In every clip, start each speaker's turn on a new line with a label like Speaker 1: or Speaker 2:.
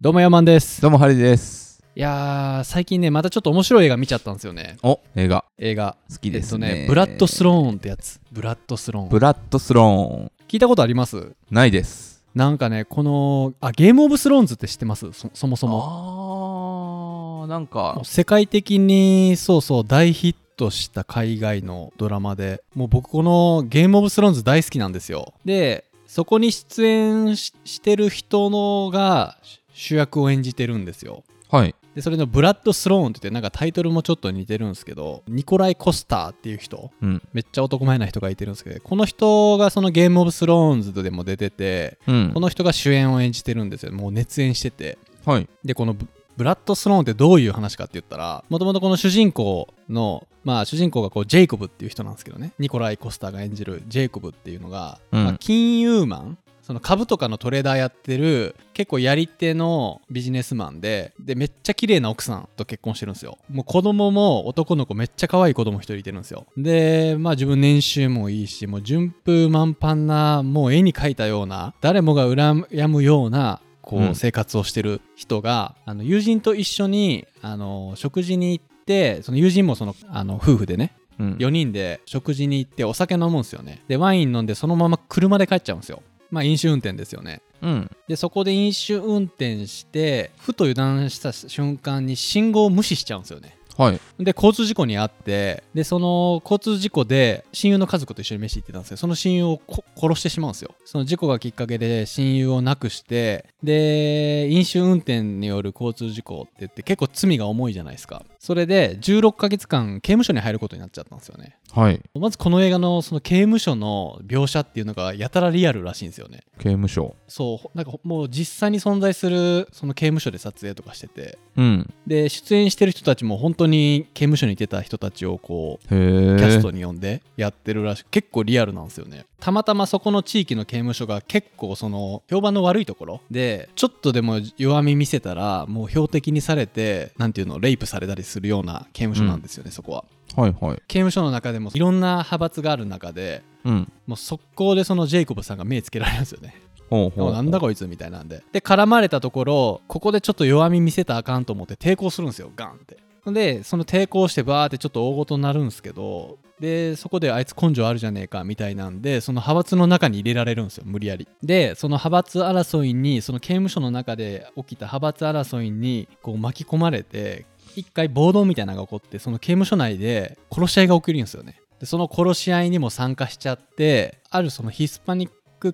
Speaker 1: どうもヤマンです
Speaker 2: どうもハリーです。
Speaker 1: いやー最近ねまたちょっと面白い映画見ちゃったんですよね
Speaker 2: お、映画
Speaker 1: 映画
Speaker 2: 好きです
Speaker 1: えっ
Speaker 2: ね。
Speaker 1: とねブラッドスローンってやつブラッドスローン
Speaker 2: ブラッドスローン
Speaker 1: 聞いたことあります
Speaker 2: ないです。
Speaker 1: なんかねこのあゲームオブスローンズって知ってますそそもそも
Speaker 2: あーなんか
Speaker 1: もう世界的にそうそう大ヒットした海外のドラマでもう僕このゲームオブスローンズ大好きなんですよでそこに出演ししてる人のが主役を演じてるんですよ
Speaker 2: はい
Speaker 1: でそれのブラッド・スローンって言ってなんかタイトルもちょっと似てるんですけどニコライ・コスターっていう人
Speaker 2: うん
Speaker 1: めっちゃ男前な人がいてるんですけどこの人がそのゲーム・オブ・スローンズでも出てて
Speaker 2: うん
Speaker 1: この人が主演を演じてるんですよもう熱演してて
Speaker 2: はい
Speaker 1: でこのブブラッド・スローンってどういう話かって言ったらもともとこの主人公のまあ主人公がこうジェイコブっていう人なんですけどねニコライ・コスターが演じるジェイコブっていうのが、
Speaker 2: うん
Speaker 1: まあ金融マンその株とかのトレーダーやってる結構やり手のビジネスマンででめっちゃ綺麗な奥さんと結婚してるんですよもう子供も男の子めっちゃ可愛い子供一人いてるんですよでまあ自分年収もいいしもう順風満帆なもう絵に描いたような誰もが羨むようなこ
Speaker 2: う
Speaker 1: うん生活をしてる人が、あの友人と一緒にあの食事に行ってその友人もそのあの夫婦でね
Speaker 2: うん
Speaker 1: 4人で食事に行ってお酒飲むんですよねでワイン飲んでそのまま車で帰っちゃうんですよまあ飲酒運転ですよね
Speaker 2: うん
Speaker 1: でそこで飲酒運転してふと油断した瞬間に信号を無視しちゃうんですよね
Speaker 2: はい
Speaker 1: で交通事故に遭ってでその交通事故で親友の家族と一緒に飯行ってたんですけどその親友をこ殺してしまうんですよその事故がきっかけで親友を亡くしてで飲酒運転による交通事故って言って結構罪が重いじゃないですかそれで16ヶ月間刑務所に入ることになっちゃったんですよね
Speaker 2: はい
Speaker 1: まずこの映画のその刑務所の描写っていうのがやたらリアルらしいんですよね
Speaker 2: 刑務所
Speaker 1: そうなんかもう実際に存在するその刑務所で撮影とかしてて
Speaker 2: うん
Speaker 1: で出演してる人たちも本当に刑務所に出た人たちをこう
Speaker 2: へえ
Speaker 1: キャストに呼んでやってるらしく結構リアルなんですよねたまたまそこの地域の刑務所が結構その評判の悪いところでちょっとでも弱み見せたらもう標的にされてなんていうのレイプされたりするような刑務所なんですよね、そこは
Speaker 2: はいはい
Speaker 1: 刑務所の中でもいろんな派閥がある中で
Speaker 2: うん
Speaker 1: もう速攻でそのジェイコブさんが目つけられるんですよね
Speaker 2: ほうほう
Speaker 1: もうなんだこいつみたいなんでで絡まれたところここでちょっと弱み見せたらあかんと思って抵抗するんですよガンってでその抵抗してバーってちょっと大ごとになるんですけどでそこであいつ根性あるじゃねえかみたいなんでその派閥の中に入れられるんですよ無理やりでその派閥争いにその刑務所の中で起きた派閥争いにこう巻き込まれて一回暴動みたいなのが起こってその刑務所内で殺し合いが起きるんですよねでその殺し合いにも参加しちゃってあるそのヒスパニック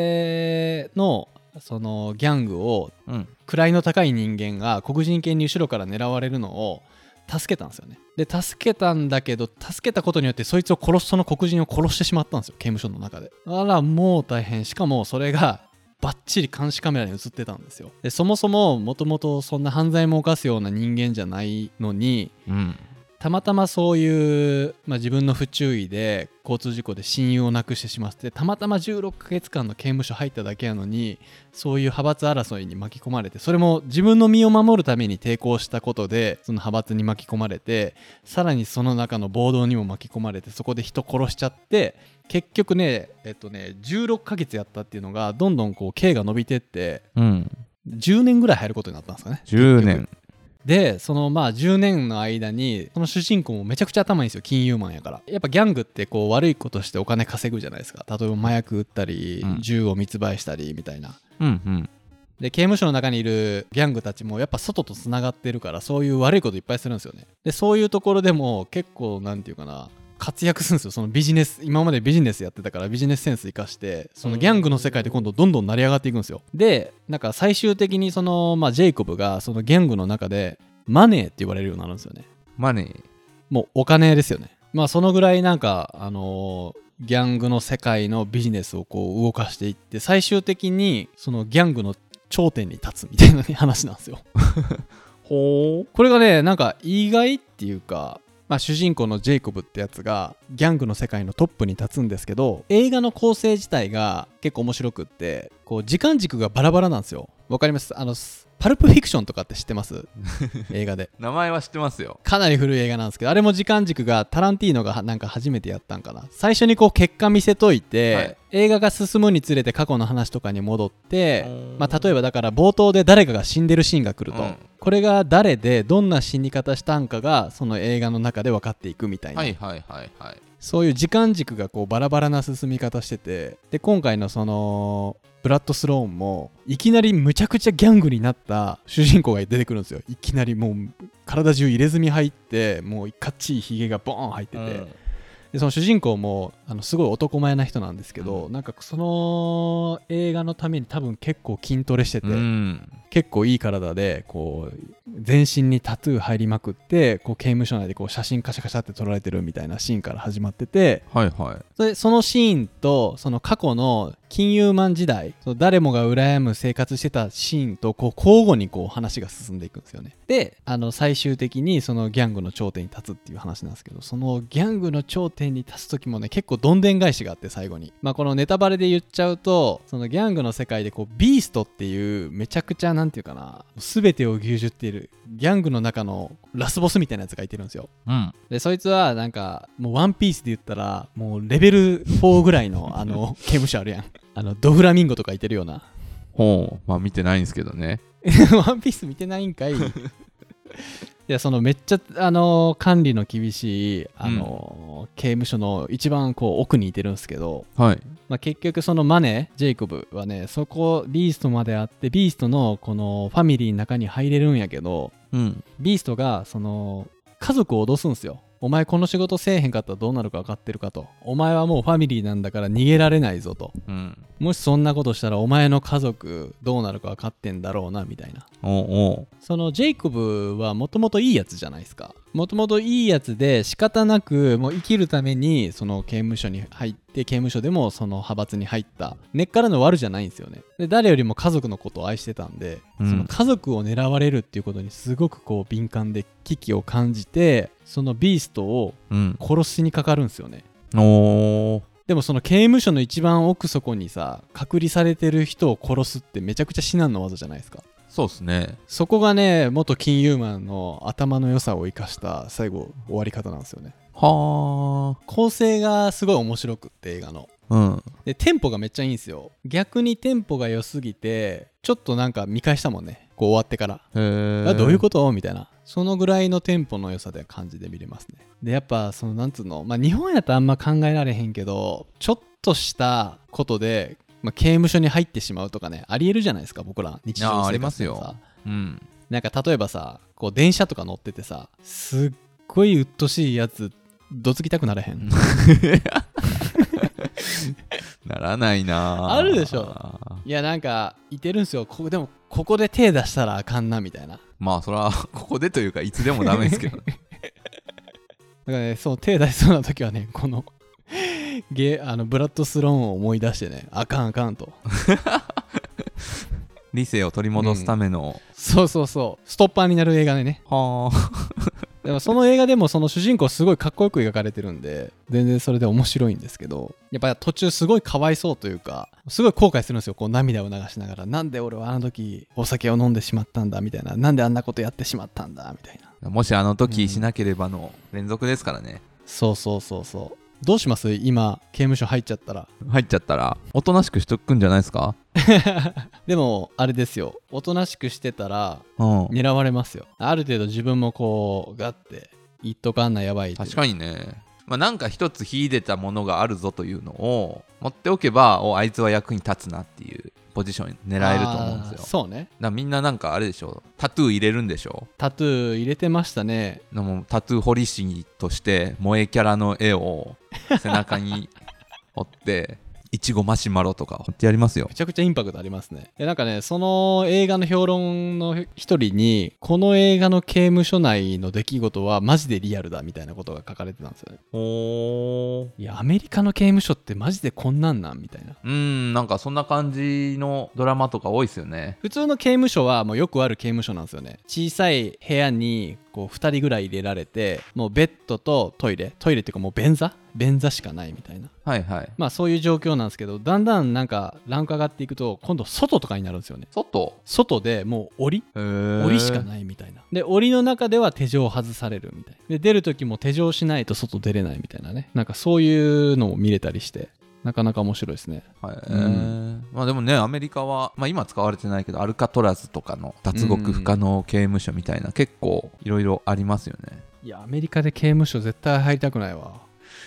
Speaker 1: 系のそのギャングを
Speaker 2: うん
Speaker 1: 位の高い人間が黒人犬に後ろから狙われるのを助けたんですよねで助けたんだけど助けたことによってそいつを殺すその黒人を殺してしまったんですよ刑務所の中であらもう大変しかもそれがバッチリ監視カメラに映ってたんですよでそもそももともとそんな犯罪も犯すような人間じゃないのに
Speaker 2: うん
Speaker 1: たまたまそういう、まあ、自分の不注意で交通事故で親友を亡くしてしまってたまたま16ヶ月間の刑務所入っただけやのにそういう派閥争いに巻き込まれてそれも自分の身を守るために抵抗したことでその派閥に巻き込まれてさらにその中の暴動にも巻き込まれてそこで人殺しちゃって結局ねえっとね16ヶ月やったっていうのがどんどんこう刑が伸びてって
Speaker 2: うん
Speaker 1: 10年ぐらい入ることになったんですかね
Speaker 2: 10年
Speaker 1: でそのまあ10年の間にその主人公もめちゃくちゃ頭いいんですよ金融マンやからやっぱギャングってこう悪いことしてお金稼ぐじゃないですか例えば麻薬売ったり、
Speaker 2: うん
Speaker 1: 銃を密売したりみたいな
Speaker 2: うんうん
Speaker 1: で刑務所の中にいるギャングたちもやっぱ外とつながってるからそういう悪いこといっぱいするんですよねでそういうところでも結構なんていうかな活躍するんですよそのビジネス今までビジネスやってたからビジネスセンス生かしてそのギャングの世界で今度どんどん成り上がっていくんですよでなんか最終的にその、まあ、ジェイコブがそのギャングの中でマネーって言われるようになるんですよね
Speaker 2: マネー
Speaker 1: もうお金ですよねまあそのぐらいなんかあのーギャングの世界のビジネスをこう動かしていって最終的にそのギャングの頂点に立つみたいなね話なんですよ
Speaker 2: ほう
Speaker 1: これがねなんか意外っていうかまあ、主人公のジェイコブってやつがギャングの世界のトップに立つんですけど映画の構成自体が結構面白くってこう時間軸がバラバラなんですよわかりますあのすパルプフィクションとかって知ってます 映画で
Speaker 2: 名前は知ってますよ。
Speaker 1: かなり古い映画なんですけどあれも時間軸がタランティーノがはなんか初めてやったんかな最初にこう結果見せといて、
Speaker 2: はい
Speaker 1: 映画が進むにつれて過去の話とかに戻って、
Speaker 2: ま
Speaker 1: まあ、例えばだから冒頭で誰かが死んでるシーンが来ると、
Speaker 2: うん
Speaker 1: これが誰でどんな死に方したんかがその映画の中で分かっていくみたいな、
Speaker 2: はいはいはいはい。
Speaker 1: そういう時間軸がこうバラバラな進み方しててで今回のそのブラッド・スローンもいきなりむちゃくちゃギャングになった主人公が出てくるんですよいきなりもう体中入れ墨入ってもういかっちいひげがボーン入ってて、
Speaker 2: うん
Speaker 1: でその主人公もあのすごい男前な人なんですけど、
Speaker 2: う
Speaker 1: なんかその映画のために多分結構筋トレしてて、
Speaker 2: うん。
Speaker 1: 結構いい体でこう全身にタトゥー入りまくってこう刑務所内でこう写真カシャカシャって撮られてるみたいなシーンから始まってて
Speaker 2: はいはい。
Speaker 1: それそのシーンとその過去の金融マン時代その誰もが羨む生活してたシーンとこう交互にこう話が進んでいくんですよねであの最終的にそのギャングの頂点に立つっていう話なんですけどそのギャングの頂点に立つ時もね結構どんでん返しがあって最後にまあこのネタバレで言っちゃうとそのギャングの世界でこうビーストっていうめちゃくちゃなんていうかな全てを牛耳っているギャングの中のラスボスみたいなやつがいてるんですよ
Speaker 2: うん。
Speaker 1: でそいつはなんかもうワンピースで言ったらもうレベル4ぐらいのあの刑務所あるやんあのドフラミンゴとかいてるような
Speaker 2: ほう。まあ見てないんですけどね。
Speaker 1: ワンピース見てないんかいいやそのめっちゃあの管理の厳しいあの、刑務所の一番こう奥にいてるんですけど、
Speaker 2: はい。
Speaker 1: まあ、結局そのマネジェイコブはねそこビーストまであってビーストのこのファミリーの中に入れるんやけど
Speaker 2: うん。
Speaker 1: ビーストがその家族を脅すんすよ。お前この仕事せえへんかったらどうなるか分かってるかと。お前はもうファミリーなんだから逃げられないぞと。
Speaker 2: うん。
Speaker 1: もしそんなことしたらお前の家族どうなるか分かってんだろうなみたいな。
Speaker 2: おうおう。
Speaker 1: そのジェイコブはもともといいやつじゃないですか。もともといいやつで仕方なくもう生きるためにその刑務所に入って刑務所でもその派閥に入った根っからの悪じゃないんですよね。で誰よりも家族のことを愛してたんで、
Speaker 2: うん
Speaker 1: その家族を狙われるっていうことにすごくこう敏感で危機を感じてそのビーストを
Speaker 2: うん。
Speaker 1: 殺しにかかるんですよね。
Speaker 2: おお。
Speaker 1: でもその刑務所の一番奥底にさ隔離されてる人を殺すってめちゃくちゃ至難の技じゃないですか。
Speaker 2: そうっすね。
Speaker 1: そこがね元金融マンの頭の良さを生かした最後終わり方なんですよね
Speaker 2: は
Speaker 1: 構成がすごい面白くって映画の
Speaker 2: あ。うん。
Speaker 1: でテンポがめっちゃいいんですよ逆にテンポが良すぎてちょっとなんか見返したもんねこう終わってから、
Speaker 2: へえ
Speaker 1: あどういうことみたいなそのぐらいのテンポの良さで感じで見れますねでやっぱそのなんつうのまあ日本やとあんま考えられへんけどちょっとしたことで、まあ、刑務所に入ってしまうとかねありえるじゃないですか僕ら日常生活で
Speaker 2: あ
Speaker 1: さ
Speaker 2: ーありますようん。
Speaker 1: なんか例えばさこう電車とか乗っててさすっごい鬱陶しいやつどつきたくなれへん
Speaker 2: ならないな
Speaker 1: あるでしょいやなんかいてるんすよここでもここで手出したらあかんなみたいなだか
Speaker 2: まあそれは ここでというかいつでもダメですけど ね
Speaker 1: らねそう手出しそうな時はね このゲあのブラッドスローンを思い出してねあかんあかんと
Speaker 2: 理性を取り戻すための、
Speaker 1: そうそうそうストッパーになる映画でね
Speaker 2: はあ
Speaker 1: でもその映画でもその主人公すごいかっこよく描かれてるんで全然それで面白いんですけどやっぱり途中すごいかわいそうというかすごい後悔するんですよこう涙を流しながらなんで俺はあの時お酒を飲んでしまったんだみたいななんであんなことやってしまったんだみたいな
Speaker 2: もしあの
Speaker 1: うん
Speaker 2: 時しなければの連続ですからね、
Speaker 1: そうそうそうそうどうします今刑務所入っちゃったら
Speaker 2: 入っちゃったらおとなしくしとくんじゃないですか
Speaker 1: でもあれですよおとなしくしてたら
Speaker 2: うん
Speaker 1: 狙われますよある程度自分もこうガッて言っとかんなやばい
Speaker 2: 確かにね、まあ、なんか一つ秀でたものがあるぞというのを持っておけばおあいつは役に立つなっていうポジションに狙えると思うんですよだか
Speaker 1: そうね
Speaker 2: らみんななんかあれでしょタトゥー入れるんでしょ
Speaker 1: タトゥー入れてましたね
Speaker 2: でもタトゥー彫り師として萌えキャラの絵を背中に彫っていちごマシュマロとか彫ってやりますよ
Speaker 1: めちゃくちゃインパクトありますね。でなんかね、その映画の評論の一人に、この映画の刑務所内の出来事はマジでリアルだみたいなことが書かれてたんですよね。
Speaker 2: お
Speaker 1: いや、アメリカの刑務所ってマジでこんなんなんみたいな。
Speaker 2: うんなんかそんな感じのドラマとか多いですよね
Speaker 1: 普通の刑務所はもうよくある刑務所なんですよね。小さい部屋にこう2人ぐらい入れられてもうベッドとトイレトイレっていうかもう便座便座しかないみたいな
Speaker 2: はいはい
Speaker 1: まあそういう状況なんですけどだんだんなんかランク上がっていくと今度外とかになるんですよね
Speaker 2: 外
Speaker 1: 外でもう檻
Speaker 2: へえ
Speaker 1: 檻しかないみたいなで檻の中では手錠を外されるみたいなで出る時も手錠しないと外出れないみたいなねなんかそういうのも見れたりしてなかなか面白いですね
Speaker 2: はい、
Speaker 1: う
Speaker 2: まあでもねアメリカは、まあ、今使われてないけどアルカトラズとかの脱獄不可能刑務所みたいな結構いろいろありますよね
Speaker 1: いやアメリカで刑務所絶対入りたくないわ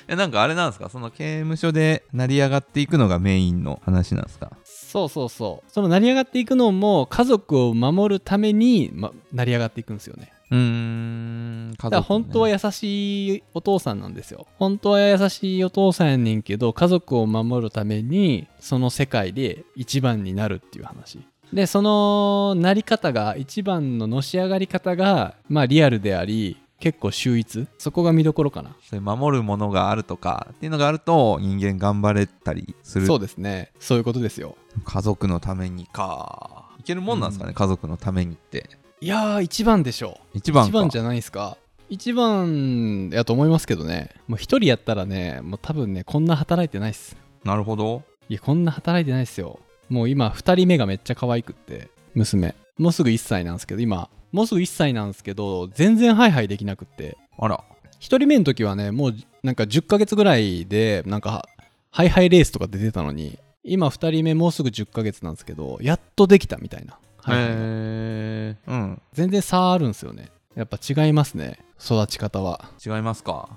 Speaker 2: えなんかあれなんですかその刑務所で成り上がっていくのがメインの話なんですか
Speaker 1: そうそうそうその成り上がっていくのも家族を守るために、ま、成り上がっていくんですよね
Speaker 2: うーん
Speaker 1: だか
Speaker 2: 家族、ね、
Speaker 1: ら本当は優しいお父さんなんですよ本当は優しいお父さんやねんけど家族を守るためにその世界で一番になるっていう話でそのなり方が一番ののし上がり方がまあリアルであり結構秀逸そこが見どころかな
Speaker 2: そういう守るものがあるとかっていうのがあると人間頑張れたりする
Speaker 1: そうですねそういうことですよ
Speaker 2: 家族のためにかいけるもんなんですかね、家族のためにって
Speaker 1: いやー一番でしょう
Speaker 2: 一番か
Speaker 1: 一番じゃないですか一番やと思いますけどねもう一人やったらねもう多分ねこんな働いてないっす
Speaker 2: なるほど
Speaker 1: いやこんな働いてないっすよもう今2人目がめっちゃ可愛くって娘もうすぐ1歳なんですけど今もうすぐ1歳なんですけど全然ハイハイできなくって
Speaker 2: あら
Speaker 1: 1人目の時はねもうなんか10ヶ月ぐらいでなんかハイハイレースとか出てたのに今2人目もうすぐ10ヶ月なんですけどやっとできたみたいな、はいはい
Speaker 2: へえうん
Speaker 1: 全然差あるんですよねやっぱ違いますね育ち方は
Speaker 2: 違いますか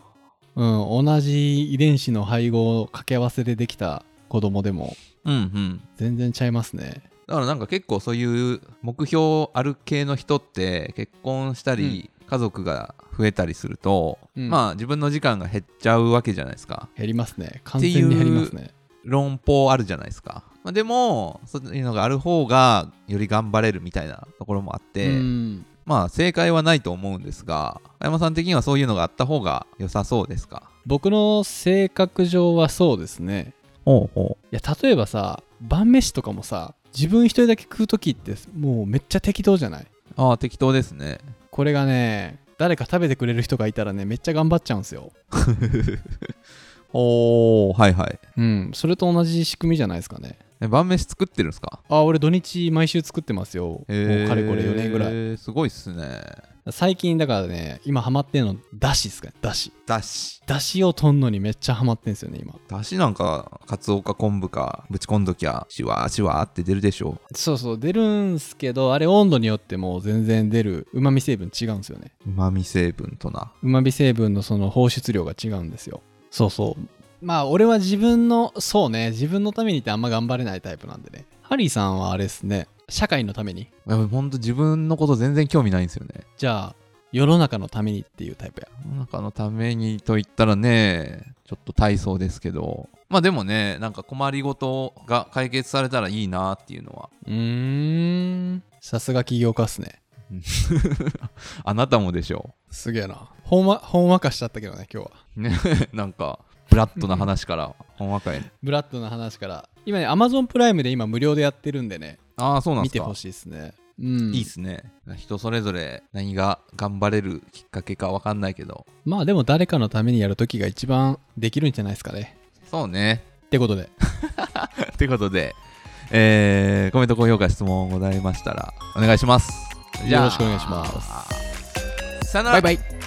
Speaker 1: うん同じ遺伝子の配合を掛け合わせでできた子供でも
Speaker 2: うんうん
Speaker 1: 全然ちゃいますね
Speaker 2: だからなんか結構そういう目標ある系の人って結婚したり、家族が増えたりすると、
Speaker 1: うん
Speaker 2: まあ自分の時間が減っちゃうわけじゃないですか
Speaker 1: 減りますね完全に減りますね
Speaker 2: 論法あるじゃないですか、まあ、でもそういうのがある方がより頑張れるみたいなところもあって、
Speaker 1: うん
Speaker 2: まあ正解はないと思うんですが青山さん的にはそういうのがあった方が良さそうですか
Speaker 1: 僕の性格上はそうですね
Speaker 2: ほうほ
Speaker 1: いや例えばさ晩飯とかもさ自分一人だけ食う時ってもうめっちゃ適当じゃないう
Speaker 2: ああ適当ですね
Speaker 1: これがね誰か食べてくれる人がいたらねめっちゃ頑張っちゃうんですよ
Speaker 2: おおはいはい
Speaker 1: うんそれと同じ仕組みじゃないですかね
Speaker 2: え晩飯作ってるんですか
Speaker 1: あ俺土日毎週作ってますよ、
Speaker 2: へ
Speaker 1: も
Speaker 2: ー
Speaker 1: うかれこれ4年ぐらい
Speaker 2: すごいっすね
Speaker 1: 最近だからね今ハマってんのだしですかねだし
Speaker 2: だし
Speaker 1: だしをとんのにめっちゃハマってんすよね今
Speaker 2: だしなんかかつおか昆布かぶち込んどきゃしわーしわーって出るでしょ
Speaker 1: そうそう出るんすけどあれ温度によってもう全然出るうまみ成分違うんですよね
Speaker 2: うまみ成分とな
Speaker 1: うまみ成分のその放出量が違うんですよそうそうまあ俺は自分のそうね自分のためにってあんま頑張れないタイプなんでねハリーさんはあれですね社会のために
Speaker 2: いやほんと自分のこと全然興味ないんですよね
Speaker 1: じゃあ世の中のためにっていうタイプや
Speaker 2: 世の中のためにと言ったらねちょっと体操ですけどまあでもねなんか困りごとが解決されたらいいなっていうのは
Speaker 1: うーんさすが起業家っすね
Speaker 2: あなたもでしょ
Speaker 1: すげえなほんわほんわかしちゃったけどね今日は
Speaker 2: う ねなんかブラッドな話からほんわかへ
Speaker 1: ブラッドの話から今ね Amazon プライムで今無料でやってるんでね
Speaker 2: ああそうなん
Speaker 1: 見
Speaker 2: です
Speaker 1: て
Speaker 2: か
Speaker 1: ほしいですねうん
Speaker 2: いいっすね人それぞれ何が頑張れるきっかけかわかんないけど
Speaker 1: まあでも誰かのためにやるときが一番できるんじゃないですかね。
Speaker 2: そうね
Speaker 1: ってことで、
Speaker 2: ということで、えーコメント、高評価、質問ございましたらお願いします。。
Speaker 1: よろしくお願いします
Speaker 2: さよなら。
Speaker 1: バイバイ。